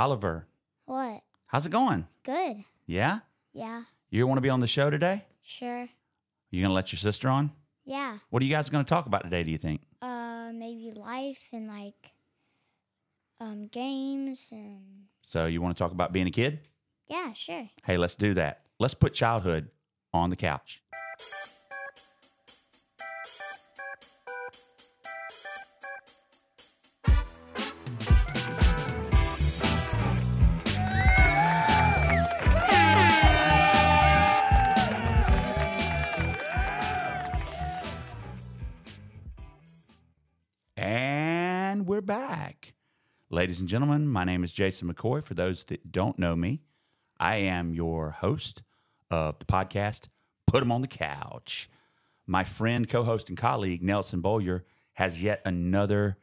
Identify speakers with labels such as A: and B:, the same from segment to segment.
A: Oliver,
B: What?
A: how's it going?
B: Good.
A: Yeah?
B: Yeah.
A: You want to be on the show today?
B: Sure.
A: You going to let your sister on?
B: Yeah.
A: What are you guys going to talk about today, do you think?
B: Uh, maybe life and like um games and
A: So, you want to talk about being a kid?
B: yeah, sure.
A: Hey, let's do that. Let's put childhood on the couch. And we're back. Ladies and gentlemen, my name is Jason McCoy. For those that don't know me, I am your host of the podcast, Put 'em on the Couch. My friend, co host, and colleague, Nelson Bolyer, has yet another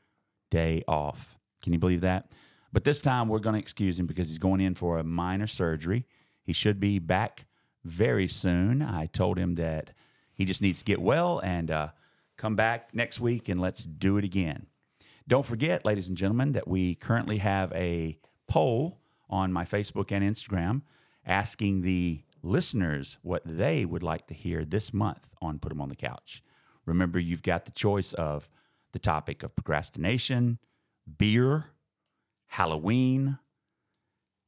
A: day off. Can you believe that? But this time we're going to excuse him because he's going in for a minor surgery. He should be back very soon. I told him that he just needs to get well and uh, come back next week and let's do it again. Don't forget, ladies and gentlemen, that we currently have a poll on my Facebook and Instagram asking the listeners what they would like to hear this month on Put 'em on the Couch. Remember, you've got the choice of the topic of procrastination, beer, Halloween,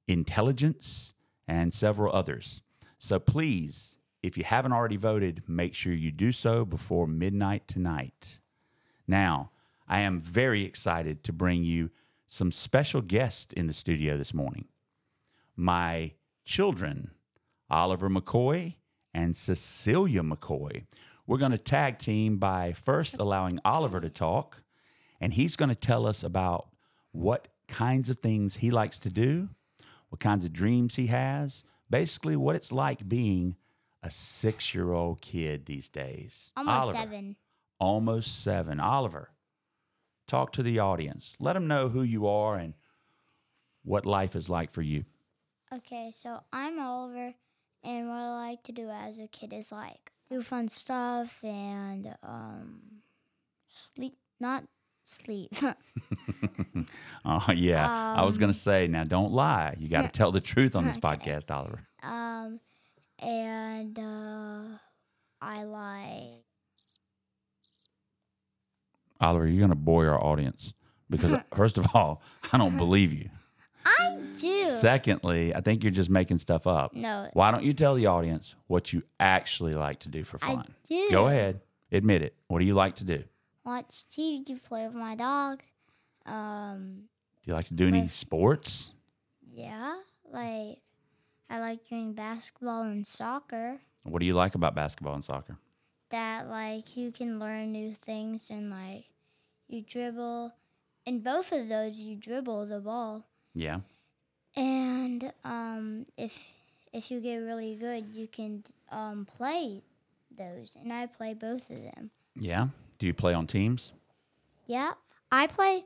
A: intelligence, and several others. So please, if you haven't already voted, make sure you do so before midnight tonight. Now, I am very excited to bring you some special guests in the studio this morning. My children, Oliver McCoy and Cecilia McCoy. We're going to tag team by first allowing Oliver to talk, and he's going to tell us about what kinds of things he likes to do, what kinds of dreams he has, basically, what it's like being a six year old kid these days.
B: Almost
A: Oliver
B: seven.
A: almost seven. Oliver, talk to the audience. Let them know who you are and what life is like for you.
B: Okay, so I'm Oliver, and what I like to do as a kid is like do fun stuff and um sleep, not sleep.
A: Oh, yeah. I was going to say, now don't lie. You got to tell the truth on this
B: Um, Okay.
A: podcast, Oliver.
B: um, and uh, I like
A: Oliver, you're going to bore our audience because, first of all, I don't believe you.
B: I do.
A: Secondly, I think you're just making stuff up.
B: No.
A: Why don't you tell the audience what you actually like to do for
B: I
A: fun?
B: do.
A: Go ahead. Admit it. What do you like to do? Do
B: Watch TV, play with my dogs. Um,
A: you like to do any
B: Like-
A: sports?
B: yeah, like I like doing basketball and soccer.
A: What do you like about basketball and soccer?
B: that like you can learn new things and like you dribble in both of those you dribble the ball
A: Yeah.
B: and um if if you get really good you can um play those and I play both of them.
A: Yeah. Do you play on teams?
B: Yeah. I play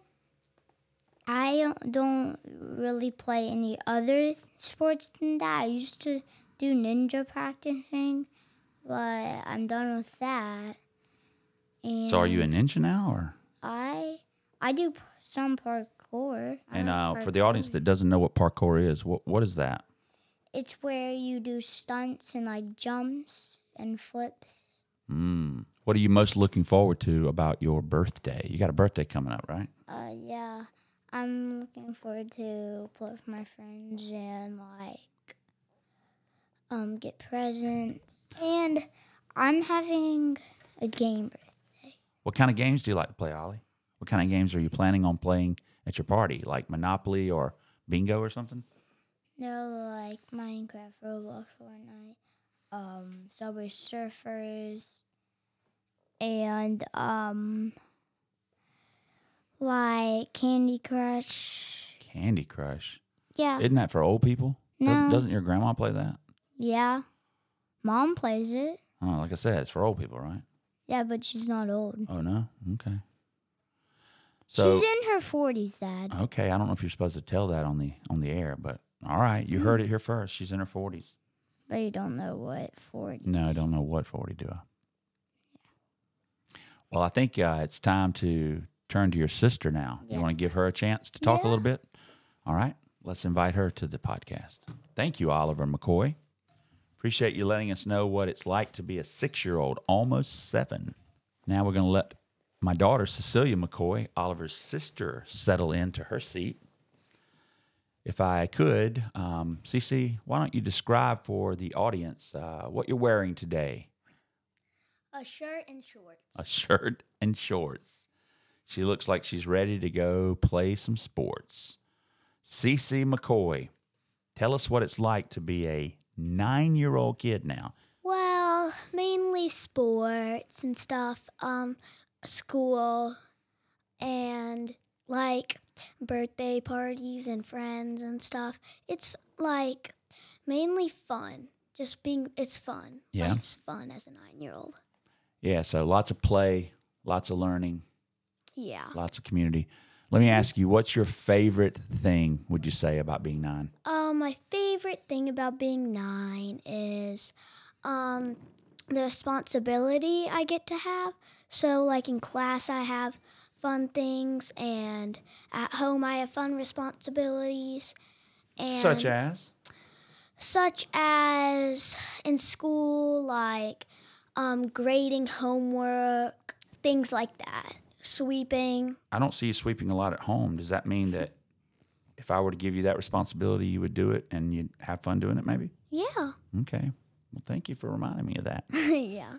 B: I don't really play any other sports than that. I used to do ninja practicing, but I'm done with that. And
A: So are you a ninja now or?
B: I I do p- some parkour. I
A: And uh,
B: like
A: for the
B: parkour.
A: audience that doesn't know what parkour is, what what is that?
B: it's where you do stunts and like jumps and flips.
A: Mm. What are you most looking forward to about your birthday? You got a birthday coming up, right?
B: Uh, yeah, I'm looking forward to play with my friends and like um get presents. And I'm having a game birth.
A: What kind of games do you like to play, Ollie? What kind of games are you planning on playing at your party? Like Monopoly or Bingo or something?
B: No, like Minecraft, Roblox, Fortnite, um, Subway Surfers, and um, like Candy Crush.
A: Candy Crush.
B: Yeah,
A: Isn't that for old people? Doesn't-
B: Um, No.
A: doesn't your grandma play that?
B: yeah. Mom plays it.
A: Oh, like I said, it's for old people, right?
B: Yeah, but she's not old.
A: Oh no. Okay. So
B: she's in her forties, Dad.
A: Okay, I don't know if you're supposed to tell that on the on the air, but all right, you heard it here first. She's in her forties.
B: But you don't know what forty.
A: No, I don't know what forty do I. Well, I think uh, it's time to turn to your sister now.
B: Yeah.
A: You want to give her a chance to talk a
B: Yeah.
A: little bit. All right. Let's invite her to the podcast. Thank you, Oliver McCoy. Appreciate you letting us know what it's like to be a six year old, almost seven. Now we're going to let my daughter, Cecilia McCoy, Oliver's sister, settle into her seat. If I could, um, Cece, why don't you describe for the audience uh, what you're wearing today?
B: A shirt and shorts.
A: a shirt and shorts. She looks like she's ready to go play some sports. Cece McCoy, tell us what it's like to be a nine year old kid now.
B: Well, mainly sports and stuff, um, school, and like birthday parties and friends and stuff. It's like mainly fun. Just being, it's fun.
A: Yeah.
B: Life's fun as a nine year old.
A: Yeah, so lots of play, lots of learning,
B: Yeah.
A: lots of community. Let me ask you, what's your favorite thing, would you say, about being nine?
B: Um, my favorite thing about being nine is um, the responsibility I get to have. So, like in class, I have fun things, and at home, I have fun responsibilities. And
A: Such as?
B: such as in school, like um, grading homework, things like that, sweeping.
A: I don't see you sweeping a lot at home. Does that mean that if I were to give you that responsibility, you would do it and you'd have fun doing it, maybe?
B: Yeah.
A: Okay. Well, thank you for reminding me of that.
B: yeah.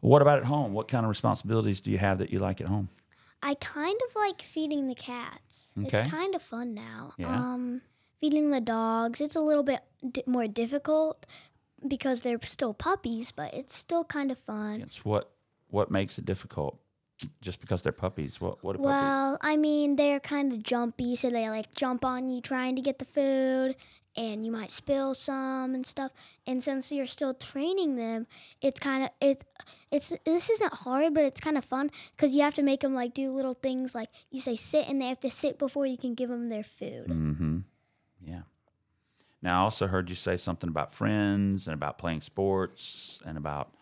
A: What about at home? What kind of responsibilities do you have that you like at home?
B: I kind of like feeding the cats.
A: Okay.
B: It's kind of fun now.
A: Yeah.
B: Um, feeding the dogs, it's a little bit di- more difficult because they're still puppies, but it's still kind of fun.
A: It's what what makes it difficult. Just because they're puppies. What what are puppies?
B: Well, I mean, they're kind of jumpy, so they like jump on you trying to get the food, and you might spill some and stuff. And since you're still training them, it's kind of it's it's this isn't hard, but it's kind of fun because you have to make them like do little things like you say sit, and they have to sit before you can give them their food.
A: Mm-hmm. Yeah. Now I also heard you say something about friends and about playing sports and about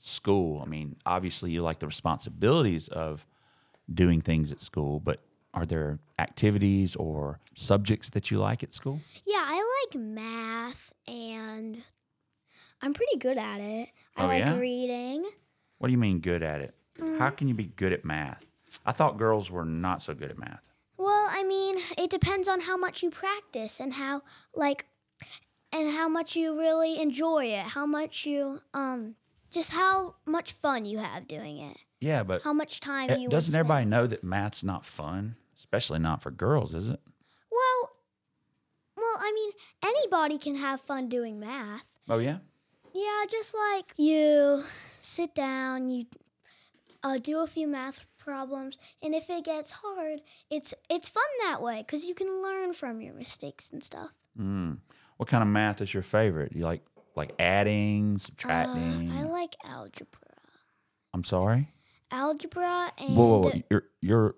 A: school. I mean, obviously you like the responsibilities of doing things at school, but are there activities or subjects that you like at school?
B: Yeah, I like math, and I'm pretty good at it. I
A: Oh,
B: like
A: yeah?
B: reading.
A: What do you mean good at it? How can you be good at math? I thought girls were not so good at math.
B: Well, I mean, it depends on how much you practice and how like and how much you really enjoy it, how much you um just how much fun you have doing it.
A: Yeah, but
B: How much time
A: Eh,
B: you would
A: doesn't
B: spend-
A: everybody know that math's not fun, especially not for girls, is it?
B: Well, well, I mean, anybody can have fun doing math.
A: Oh yeah.
B: Yeah, just like you sit down, you uh, do a few math problems, and if it gets hard, it's it's fun that way because you can learn from your mistakes and stuff.
A: Mm. What kind of math is your favorite? You like like adding,
B: Uh,
A: subtracting?
B: I like algebra.
A: I'm sorry.
B: Algebra and
A: Whoa, whoa, whoa. You're you're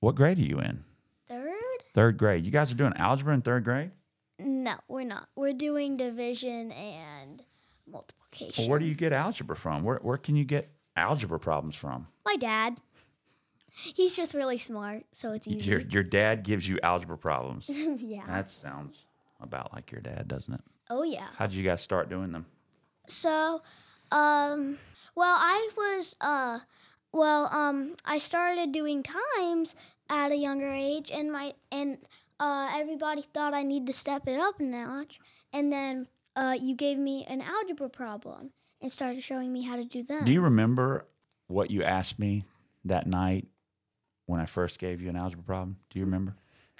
A: what grade are you in?
B: third?
A: Third grade. You guys are doing algebra in third grade.
B: No, we're not. We're doing division and multiplication.
A: Well, where do you get algebra from? Where where can you get algebra problems from?
B: My dad. He's just really smart, so it's easy.
A: Your your dad gives you algebra problems.
B: yeah.
A: that sounds about like your dad, doesn't it?
B: Oh yeah.
A: How did you guys start doing them?
B: So, um, well, I was, uh, well, um, I started doing times at a younger age, and my and uh, everybody thought I need to step it up a notch. And then uh, you gave me an algebra problem and started showing me how to do that.
A: Do you remember what you asked me that night when I first gave you an algebra problem? Do you remember?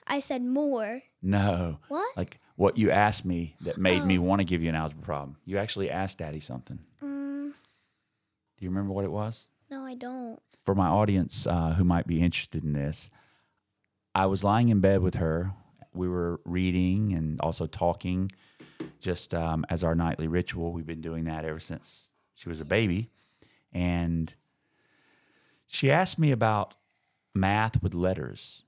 B: I said more.
A: No.
B: What?
A: Like what you asked me that made me
B: Oh.
A: want to give you an algebra problem. You actually asked Daddy something.
B: Mm,
A: Do you remember what it was?
B: no, I don't.
A: For my audience uh, who might be interested in this, I was lying in bed with her. We were reading and also talking, just um, as our nightly ritual. We've been doing that ever since she was a baby. And she asked me about math with letters.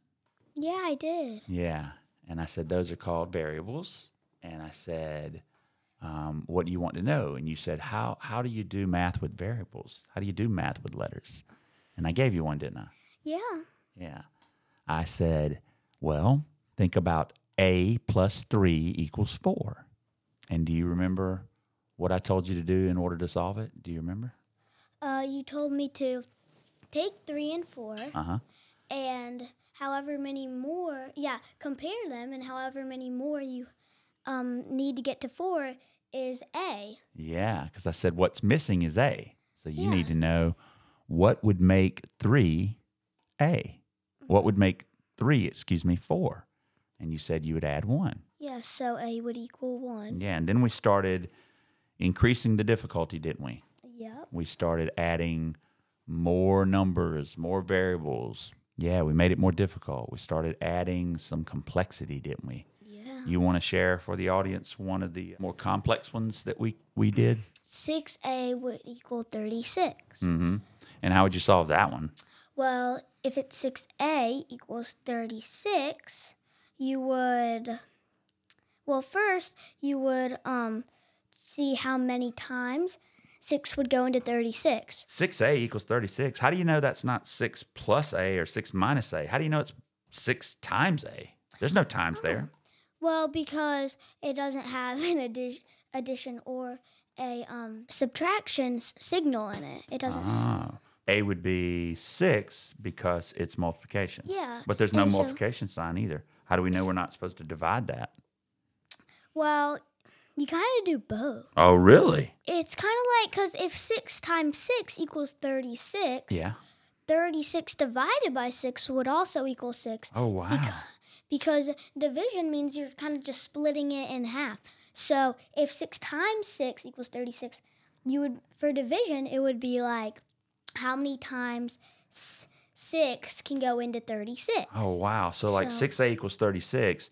B: Yeah, I did.
A: Yeah. And I said, those are called variables. And I said, um, what do you want to know? And you said, how, how do you do math with variables? How do you do math with letters? And I gave you one, didn't I?
B: Yeah.
A: Yeah. I said, Well, think about A plus three equals four. And do you remember what I told you to do in order to solve it? Do you remember?
B: Uh, you told me to take three and four
A: Uh huh.
B: and however many more, yeah, compare them, and however many more you um, need to get to four is A.
A: Yeah, because I said what's missing is A. So you need
B: Yeah.
A: to know what would make three A. What would make three, excuse me, four? And you said you would add one.
B: Yeah, so A would equal one.
A: Yeah, and then we started increasing the difficulty, didn't we?
B: Yep.
A: We started adding more numbers, more variables. Yeah, we made it more difficult. We started adding some complexity, didn't we?
B: Yeah.
A: You want to share for the audience one of the more complex ones that we, we did?
B: 6A would equal 36.
A: Mm-hmm. And how would you solve that one?
B: Well, if it's 6a equals 36, you would well, first you would um see how many times 6 would go into 36.
A: 6a equals 36. How do you know that's not 6 plus a or 6 minus a? How do you know it's 6 times a? There's no times there.
B: Well, because it doesn't have an addi- addition or a um subtraction s- signal in it. It doesn't
A: Oh. A would be 6 because it's multiplication.
B: Yeah,
A: But there's no
B: and so-
A: multiplication sign either. How do we know we're not supposed to divide that?
B: Well, you kind of do both.
A: Oh, really?
B: It's kind of like cuz if 6 times 6 equals 36,
A: Yeah.
B: 36 divided by 6 would also equal 6
A: Oh, wow.
B: because division means you're kind of just splitting it in half. So if 6 times 6 equals 36, you would for division it would be like how many times s- 6 can go into 36.
A: Oh, wow. So, like
B: So-
A: 6a equals 36.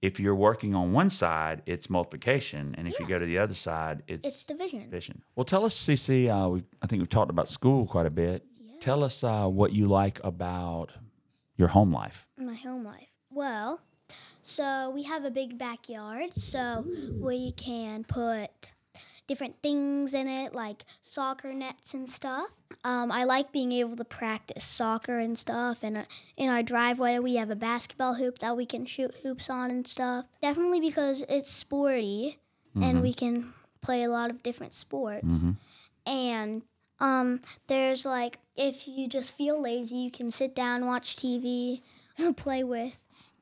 A: If you're working on one side, it's multiplication. And if you go to the other side,
B: It's division.
A: vision. Well, tell us, CC. Uh, we I think we've talked about school quite a bit. Tell us uh, what you like about your home life.
B: My home life. Well, so we have a big backyard, so we can put different things in it, like soccer nets and stuff. Um, I like being able to practice soccer and stuff. And uh, in our driveway, we have a basketball hoop that we can shoot hoops on and stuff. Definitely because it's sporty,
A: Mm-hmm.
B: and we can play a lot of different sports. And um, there's like if you just feel lazy, you can sit down, watch TV, play with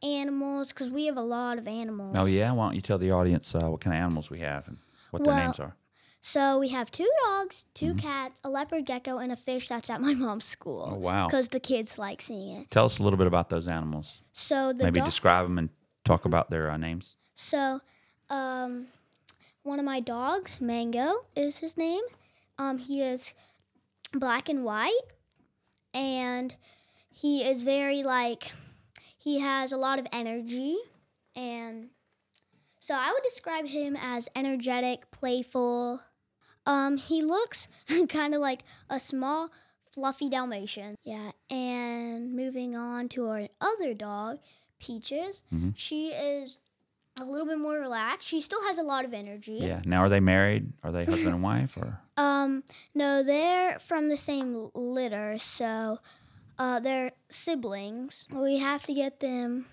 B: animals because we have a lot of animals.
A: Oh yeah, why don't you tell the audience uh, what kind of animals we have and what their
B: Well-
A: names are?
B: So we have two dogs, 2
A: Mm-hmm.
B: cats, a leopard gecko, and a fish that's at my mom's school.
A: Oh, wow.
B: Because the kids like seeing it.
A: Tell us a little bit about those animals.
B: So the
A: Maybe
B: dog.
A: describe them and talk about their uh, names.
B: So, um, one of my dogs, Mango, is his name. Um, he is black and white, and he is very like he has a lot of energy, and so I would describe him as energetic, playful. Um, he looks kind of like a small, fluffy Dalmatian. Yeah, and moving on to our other dog, Peaches. She is a little bit more relaxed. She still has a lot of energy.
A: Yeah. Now, are they married? Are they husband and wife? Or
B: Um, no, they're from the same litter, so uh, they're siblings. We have to get them.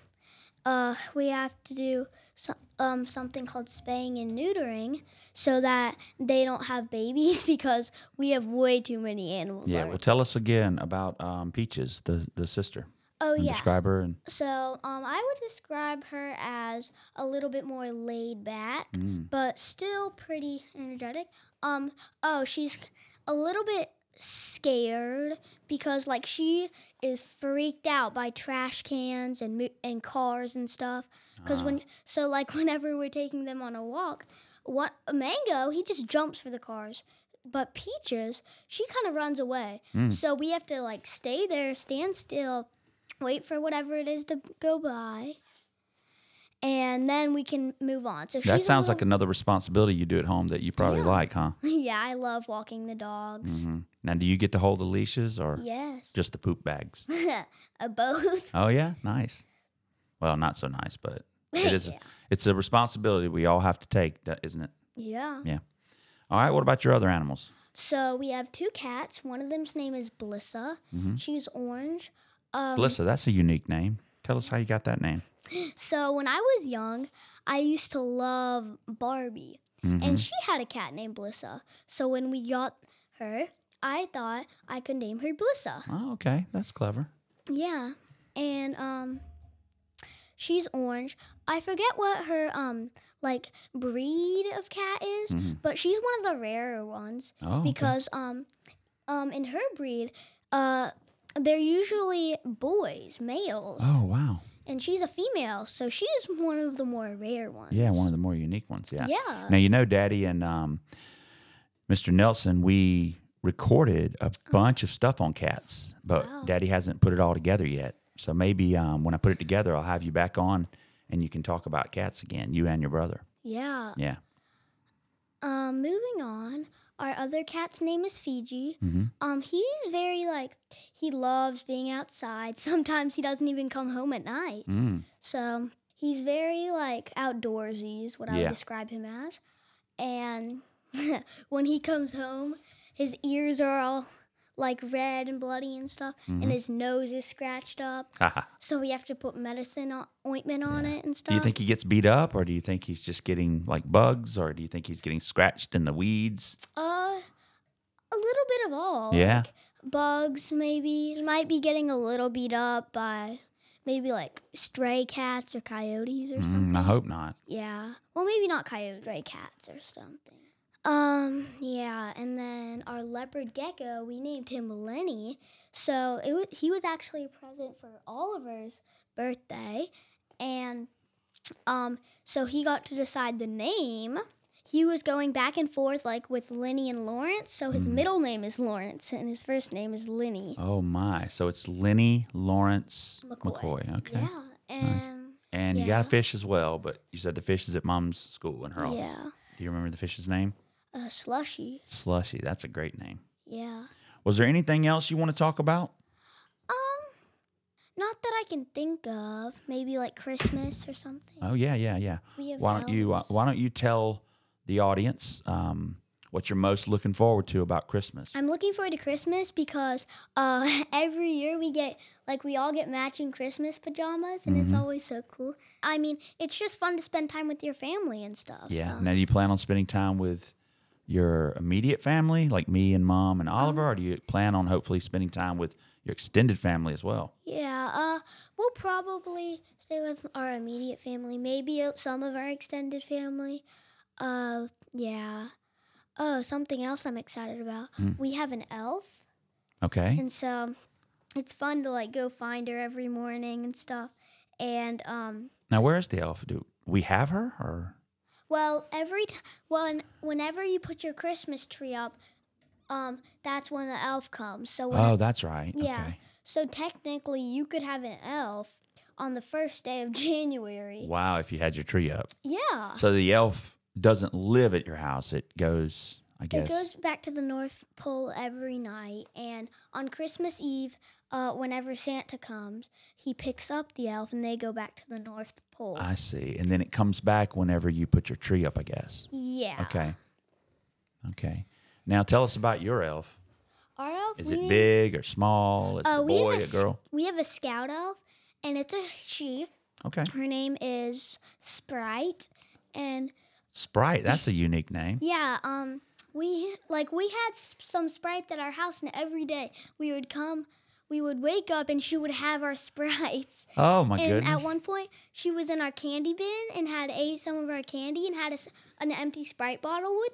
B: Uh, we have to do some, um, something called spaying and neutering so that they don't have babies because we have way too many animals.
A: yeah.
B: on-
A: Well, tell us again about um, Peaches, the the sister.
B: oh
A: And
B: yeah.
A: Describe her and
B: So um, I would describe her as a little bit more laid back,
A: mm,
B: but still pretty energetic. Um, oh, she's a little bit scared because like she is freaked out by trash cans and mo- and cars and stuff.
A: uh,
B: Because when
A: Ah.
B: so like whenever we're taking them on a walk, what mango he just jumps for the cars. But Peaches, she kind of runs away.
A: Hmm.
B: So we have to like stay there, stand still, wait for whatever it is to go by, and then we can move on. So
A: that
B: she's
A: sounds
B: a
A: like another responsibility you do at home that you probably like, huh?
B: little, yeah. I love walking the dogs.
A: hmm Now, do you get to hold the leashes or
B: Yes,
A: just the poop bags?
B: uh, both.
A: Oh yeah, nice. Well, not so nice, but it is.
B: Yeah.
A: It's a responsibility we all have to take, that- isn't it?
B: Yeah.
A: All right. What about your other animals?
B: So we have two cats. One of them's name is Blissa. She's orange. Um,
A: Melissa, Mm-hmm. that's a unique name. Tell us how you got that name.
B: So when I was young, I used to love Barbie,
A: Mm-hmm.
B: and she had a cat named Blissa. So when we got her, I thought I could name her Blissa.
A: Oh, okay. That's clever.
B: Yeah, and um, she's orange. I forget what her um like breed of cat is, but she's one of the rarer ones
A: Mm-hmm. Oh, okay.
B: because um um in her breed uh they're usually boys, males,
A: Oh, wow.
B: and she's a female, so she's one of the more rare ones.
A: Yeah, one of the more unique ones. Yeah.
B: Yeah.
A: Now you know, Daddy and um, Mr. Nelson, we recorded a
B: Oh.
A: bunch of stuff on cats, but Daddy hasn't put it all together yet. So maybe um, when I put it together, I'll have you back on, and you can talk about cats again, you and your brother.
B: Yeah.
A: Yeah.
B: Um, moving on, our other cat's name is Fiji.
A: Mm-hmm.
B: Um, he's very like he loves being outside. Sometimes he doesn't even come home at night.
A: Mm.
B: So he's very like outdoorsy is what I
A: Yeah.
B: would describe him as. And when he comes home, his ears are all like red and bloody and stuff,
A: Mm-hmm.
B: and his nose is scratched up.
A: Haha.
B: So we have to put medicine on, ointment on it and stuff.
A: Do you think he gets beat up, or do you think he's just getting like bugs, or do you think he's getting scratched in the weeds?
B: Uh, a little bit of all.
A: Yeah.
B: like bugs, maybe. He might be getting a little beat up by maybe like stray cats or coyotes or something.
A: Mm, I hope not.
B: Yeah. Well, maybe not coyotes, stray cats or something. Um, yeah. And then our leopard gecko, we named him Lenny. So it wa he was actually present for Oliver's birthday. And um, so he got to decide the name. He was going back and forth like with Lenny and Lawrence. So his middle name is Lawrence and his first name is Lenny.
A: Oh my! So it's Lenny Lawrence McCoy.
B: McCoy.
A: Okay.
B: Yeah. And
A: And you got a
B: Yeah.
A: fish as well, but you said the fish is at mom's school in her office.
B: yeah,
A: Do you remember the fish's name?
B: uh, slushy.
A: Slushy. That's a great name.
B: Yeah.
A: Was there anything else you want to talk about?
B: Um, not that I can think of. Maybe like Christmas or something.
A: Oh yeah, yeah, yeah.
B: We have
A: Why don't you uh,
B: elves.
A: Why don't you tell the audience um, what you're most looking forward to about Christmas?
B: I'm looking forward to Christmas because uh, every year we get like we all get matching Christmas pajamas, and
A: Mm-hmm.
B: it's always so cool. I mean, it's just fun to spend time with your family and stuff.
A: yeah.
B: Um,
A: Now, do you plan on spending time with your immediate family, like me and mom and Oliver, or do you plan on hopefully spending time with your extended family as well?
B: yeah. Uh, we'll probably stay with our immediate family, maybe uh, some of our extended family. Uh, yeah. Oh, something else I'm excited about.
A: Mm.
B: We have an elf.
A: Okay.
B: and so it's fun to like go find her every morning and stuff and um
A: Now, where is the elf? Do we have her, or
B: well every time when whenever you put your christmas tree up um that's when the elf comes so when,
A: oh, that's right.
B: yeah
A: Okay.
B: so technically you could have an elf on the first day of january
A: Wow, if you had your tree up.
B: yeah
A: So the elf doesn't live at your house. It goes, I guess.
B: It goes back to the North Pole every night, and on Christmas Eve, uh, whenever Santa comes, he picks up the elf, and they go back to the North Pole.
A: I see. And then it comes back whenever you put your tree up, I guess.
B: yeah.
A: Okay. Okay. Now tell us about your elf.
B: Our elf.
A: Is
B: we
A: it
B: named-
A: big or small? Is it
B: Uh,
A: a
B: we
A: boy,
B: have
A: a
B: s-
A: girl?
B: We have a scout elf, and it's a she.
A: Okay.
B: Her name is Sprite, and
A: Sprite, that's a unique name.
B: yeah, um, we like we had s- some Sprites at our house, and every day we would come, we would wake up, and she would have our Sprites.
A: Oh my
B: and
A: goodness.
B: at one point, she was in our candy bin and had ate some of our candy and had a s an empty Sprite bottle with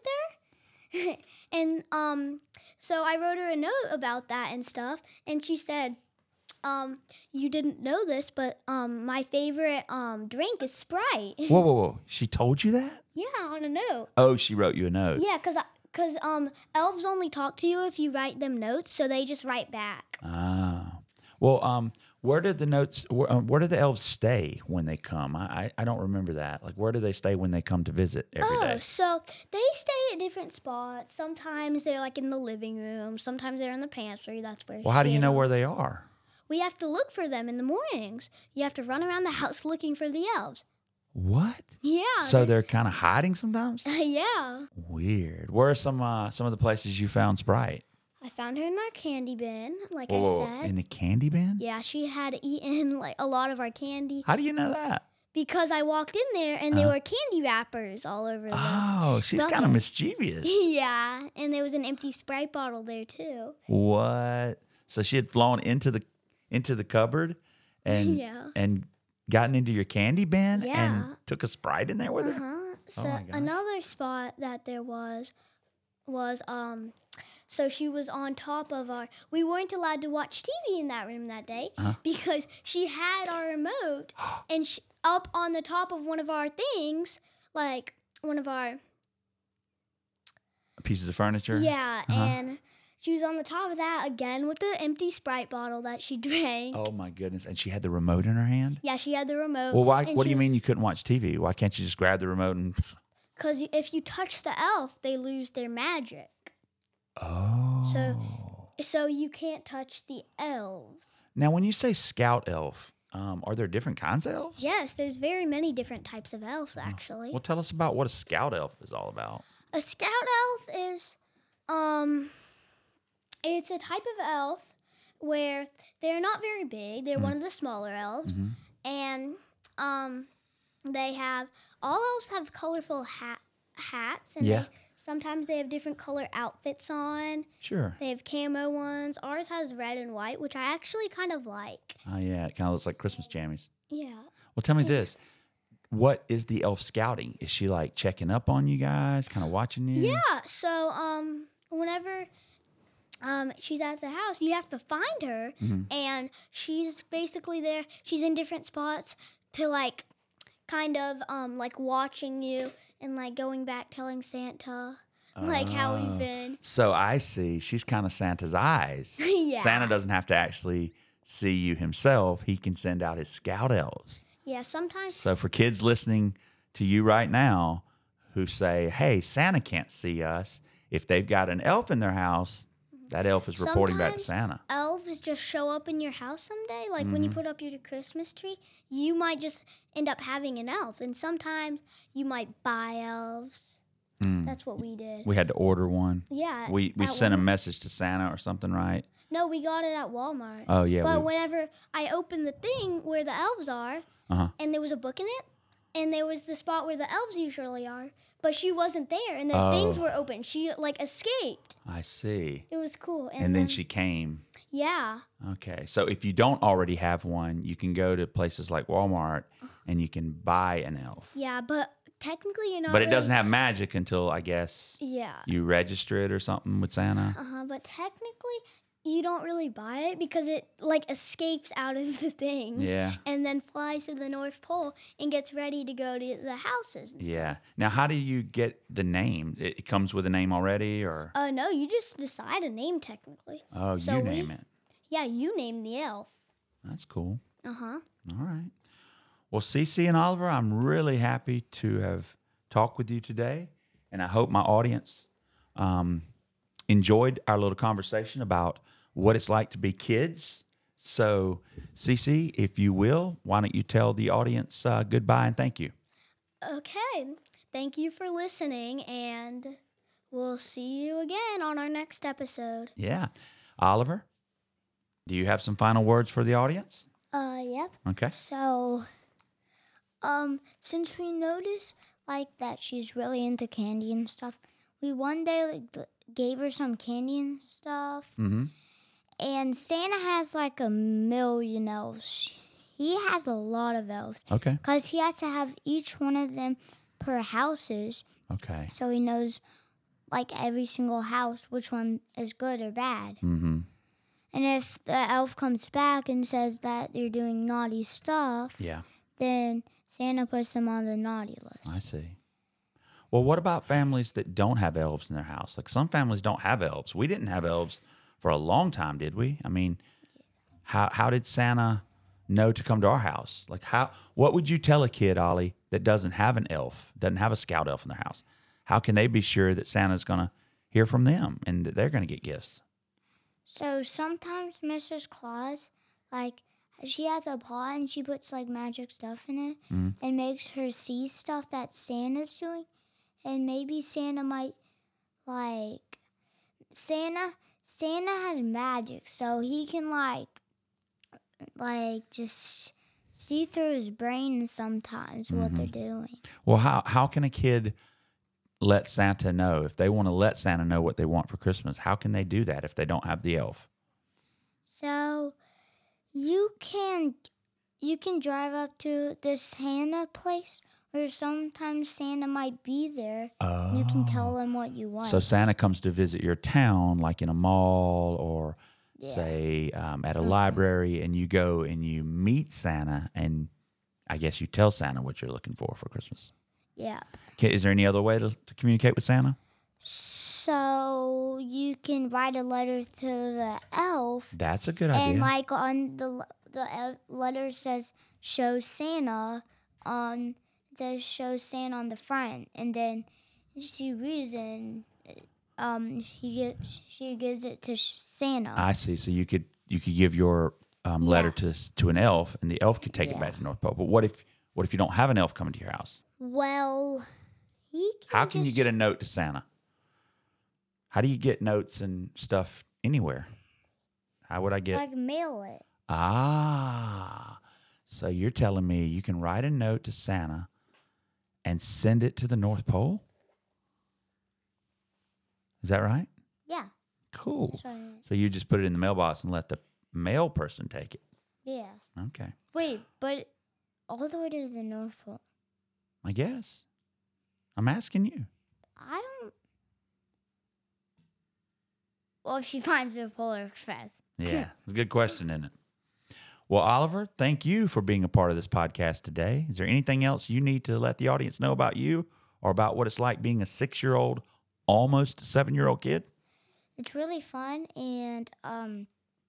B: her. and um, so I wrote her a note about that and stuff, and she said, um, "You didn't know this, but um, my favorite um drink is Sprite."
A: whoa, whoa, whoa. She told you that?
B: yeah, on a note.
A: Oh, she wrote you a note.
B: Yeah, cause I- cause um, elves only talk to you if you write them notes, so they just write back.
A: Ah. Well, um, where did the notes? Where, um, where do the elves stay when they come? I, I I don't remember that. Like, where do they stay when they come to visit every day?
B: Oh, so they stay at different spots. Sometimes they're like in the living room. Sometimes they're in the pantry. That's where.
A: Well, how do you
B: they
A: know
B: are.
A: where they are?
B: We have to look for them in the mornings. You have to run around the house looking for the elves.
A: What?
B: Yeah.
A: So they're kind of hiding sometimes.
B: yeah.
A: Weird. Where are some uh, some of the places you found Sprite?
B: I found her in our candy bin, like
A: Whoa, whoa,
B: I
A: whoa.
B: said.
A: in the candy bin?
B: yeah, she had eaten like a lot of our candy
A: How do you know that?
B: because I walked in there and there
A: Uh-huh.
B: were candy wrappers all over them.
A: Oh, she's
B: But-
A: kind of mischievous.
B: yeah, and there was an empty Sprite bottle there too.
A: What? So she had flown into the into the cupboard and
B: Yeah.
A: and gotten into your candy bin
B: Yeah.
A: and took a sprite in there with
B: Uh
A: her?
B: huh. So
A: Oh my gosh.
B: another spot that there was was um so she was on top of our we weren't allowed to watch TV in that room that day
A: Uh-huh.
B: because she had our remote and she, up on the top of one of our things like one of our
A: Pieces of furniture.
B: yeah
A: Uh-huh.
B: and she was on the top of that again with the empty Sprite bottle that she drank.
A: Oh my goodness. And she had the remote in her hand?
B: Yeah, she had the remote.
A: Well, why
B: Oh, and
A: what
B: she
A: do you
B: was-
A: mean you couldn't watch TV? Why can't you just grab the remote and
B: Because if you touch the elf, they lose their magic.
A: Oh.
B: So you can't touch the elves.
A: Now when you say scout elf, um, are there different kinds of elves?
B: Yes, there's very many different types of elves, actually.
A: Well, tell us about what a scout elf is all about.
B: A scout elf is, um, it's a type of elf where they're not very big.
A: Hmm.
B: They're one of the smaller elves,
A: Mhm.
B: and um, they have all elves have colorful hat hats, and
A: Yeah.
B: they, sometimes they have different color outfits on.
A: Sure.
B: They have camo ones. Ours has red and white, which I actually kind of like.
A: Oh yeah, it kind of looks like Christmas jammies.
B: Yeah.
A: Well, tell me this. What is the elf scouting? Is she like checking up on you guys, kind of watching you?
B: Yeah. So um, whenever um she's at the house, you have to find her,
A: Mhm.
B: and she's basically there. She's in different spots to like kind of um like watching you and like going back telling Santa like how
A: Oh.
B: we've been.
A: So I see. She's kind of Santa's eyes.
B: Yeah.
A: Santa doesn't have to actually see you himself, he can send out his scout elves.
B: Yeah. Sometimes.
A: So for kids listening to you right now who say, hey, Santa can't see us, if they've got an elf in their house,
B: Mm-hmm.
A: that elf is reporting back to Santa.
B: Elves just show up in your house someday. Like when you put up your Christmas tree, you might just end up having an elf. And sometimes you might buy elves.
A: Mm.
B: That's what we did.
A: We had to order one.
B: yeah.
A: We, we
B: at
A: sent a
B: Walmart.
A: message to Santa or something, right?
B: No, we got it at Walmart.
A: Oh, yeah.
B: but
A: we-
B: whenever I opened the thing where the elves are,
A: Uh-huh.
B: and there was a book in it, and there was the spot where the elves usually are, but she wasn't there, and the things
A: Oh.
B: were open. She like escaped.
A: I see.
B: It was cool. And,
A: And, then she came.
B: yeah,
A: Okay. So if you don't already have one, you can go to places like Walmart and you can buy an elf.
B: yeah, but technically you're not.
A: But it
B: really-
A: doesn't have magic until I guess
B: Yeah.
A: you register it or something with Santa.
B: Uh huh. But technically, you don't really buy it because it like escapes out of the thing.
A: Yeah.
B: And then flies to the North Pole and gets ready to go to the houses. And stuff.
A: Yeah. Now, how do you get the name? It it comes with a name already, or
B: Uh, no, you just decide a name technically.
A: oh,
B: so
A: you
B: we-
A: name it.
B: Yeah, you name the elf.
A: That's cool.
B: Uh huh.
A: All right. Well, Cece and Oliver, I'm really happy to have talked with you today, and I hope my audience um, enjoyed our little conversation about what it's like to be kids. So, Cece, if you will, why don't you tell the audience uh, goodbye and thank you?
B: Okay. Thank you for listening, and we'll see you again on our next episode.
A: Yeah, Oliver, do you have some final words for the audience?
B: Uh, yep.
A: Okay.
B: So, um, since we noticed like that she's really into candy and stuff, we one day like g- gave her some candy and stuff,
A: Mm-hmm.
B: and Santa has like a million elves. He has a lot of elves.
A: Okay.
B: Because he has to have each one of them per houses
A: Okay.
B: so he knows, like, every single house which one is good or bad.
A: Mm-hmm.
B: And if the elf comes back and says that you're doing naughty stuff,
A: Yeah.
B: then Santa puts them on the naughty list.
A: I see. Well, what about families that don't have elves in their house? Like some families don't have elves. We didn't have elves for a long time, did we? I mean, how how did Santa know to come to our house? Like how what would you tell a kid, Ollie, that doesn't have an elf, doesn't have a scout elf in their house? How can they be sure that Santa's gonna hear from them and that they're gonna get gifts?
B: So sometimes Mrs. Claus, like, she has a pot and she puts, like, magic stuff in it
A: Mhm.
B: and makes her see stuff that Santa's doing. And maybe Santa might, like, Santa Santa has magic, so he can like like just see through his brain sometimes what they're doing.
A: Well, how how can a kid let Santa know if they want to let Santa know what they want for Christmas? How can they do that if they don't have the elf?
B: So you can you can drive up to the Santa place or sometimes Santa might be there.
A: Oh.
B: You can tell him what you want.
A: So Santa comes to visit your town, like in a mall or say um,
B: Mm-hmm.
A: at a library, and you go and you meet Santa, and I guess you tell Santa what you're looking for for Christmas.
B: yeah.
A: Okay, is there any other way to, to communicate with Santa?
B: So you can write a letter to the elf,
A: That's a good
B: and
A: idea.
B: like on the l- the el- letter says "Show Santa," um, it says "Show Santa" on the front, and then she reads it. and, Um, he gives she gives it to sh- Santa.
A: I see. So you could you could give your um, letter to s- to an elf, and the elf could take it back to North Pole. But what if what if you don't have an elf coming to your house?
B: well, he. Can
A: How can you
B: just-
A: get a note to Santa? How do you get notes and stuff anywhere? How would I get?
B: like mail it?
A: Ah, so you're telling me you can write a note to Santa and send it to the North Pole? Is that right?
B: Yeah.
A: Cool.
B: That's what I meant.
A: So you just put it in the mailbox and let the mail person take it.
B: Yeah.
A: Okay.
B: Wait, but all the way to the North Pole.
A: I guess. I'm asking you.
B: I don't. Well, if she finds the Polar Express.
A: Yeah, it's a good question, isn't it? Well, Oliver, thank you for being a part of this podcast today. Is there anything else you need to let the audience know about you or about what it's like being a six year old, almost seven year old kid?
B: It's really fun, and um,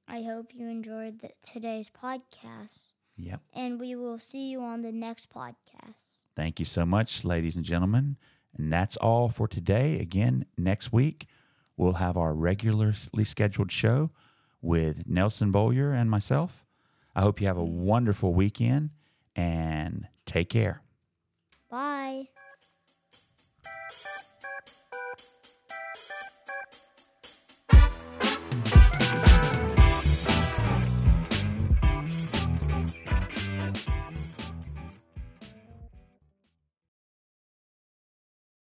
B: I hope you enjoyed the, today's podcast.
A: Yep.
B: And we will see you on the next podcast.
A: Thank you so much, ladies and gentlemen. And that's all for today. Again, next week, we'll have our regularly scheduled show with Nelson Bollier and myself. I hope you have a wonderful weekend and take care.
B: Bye.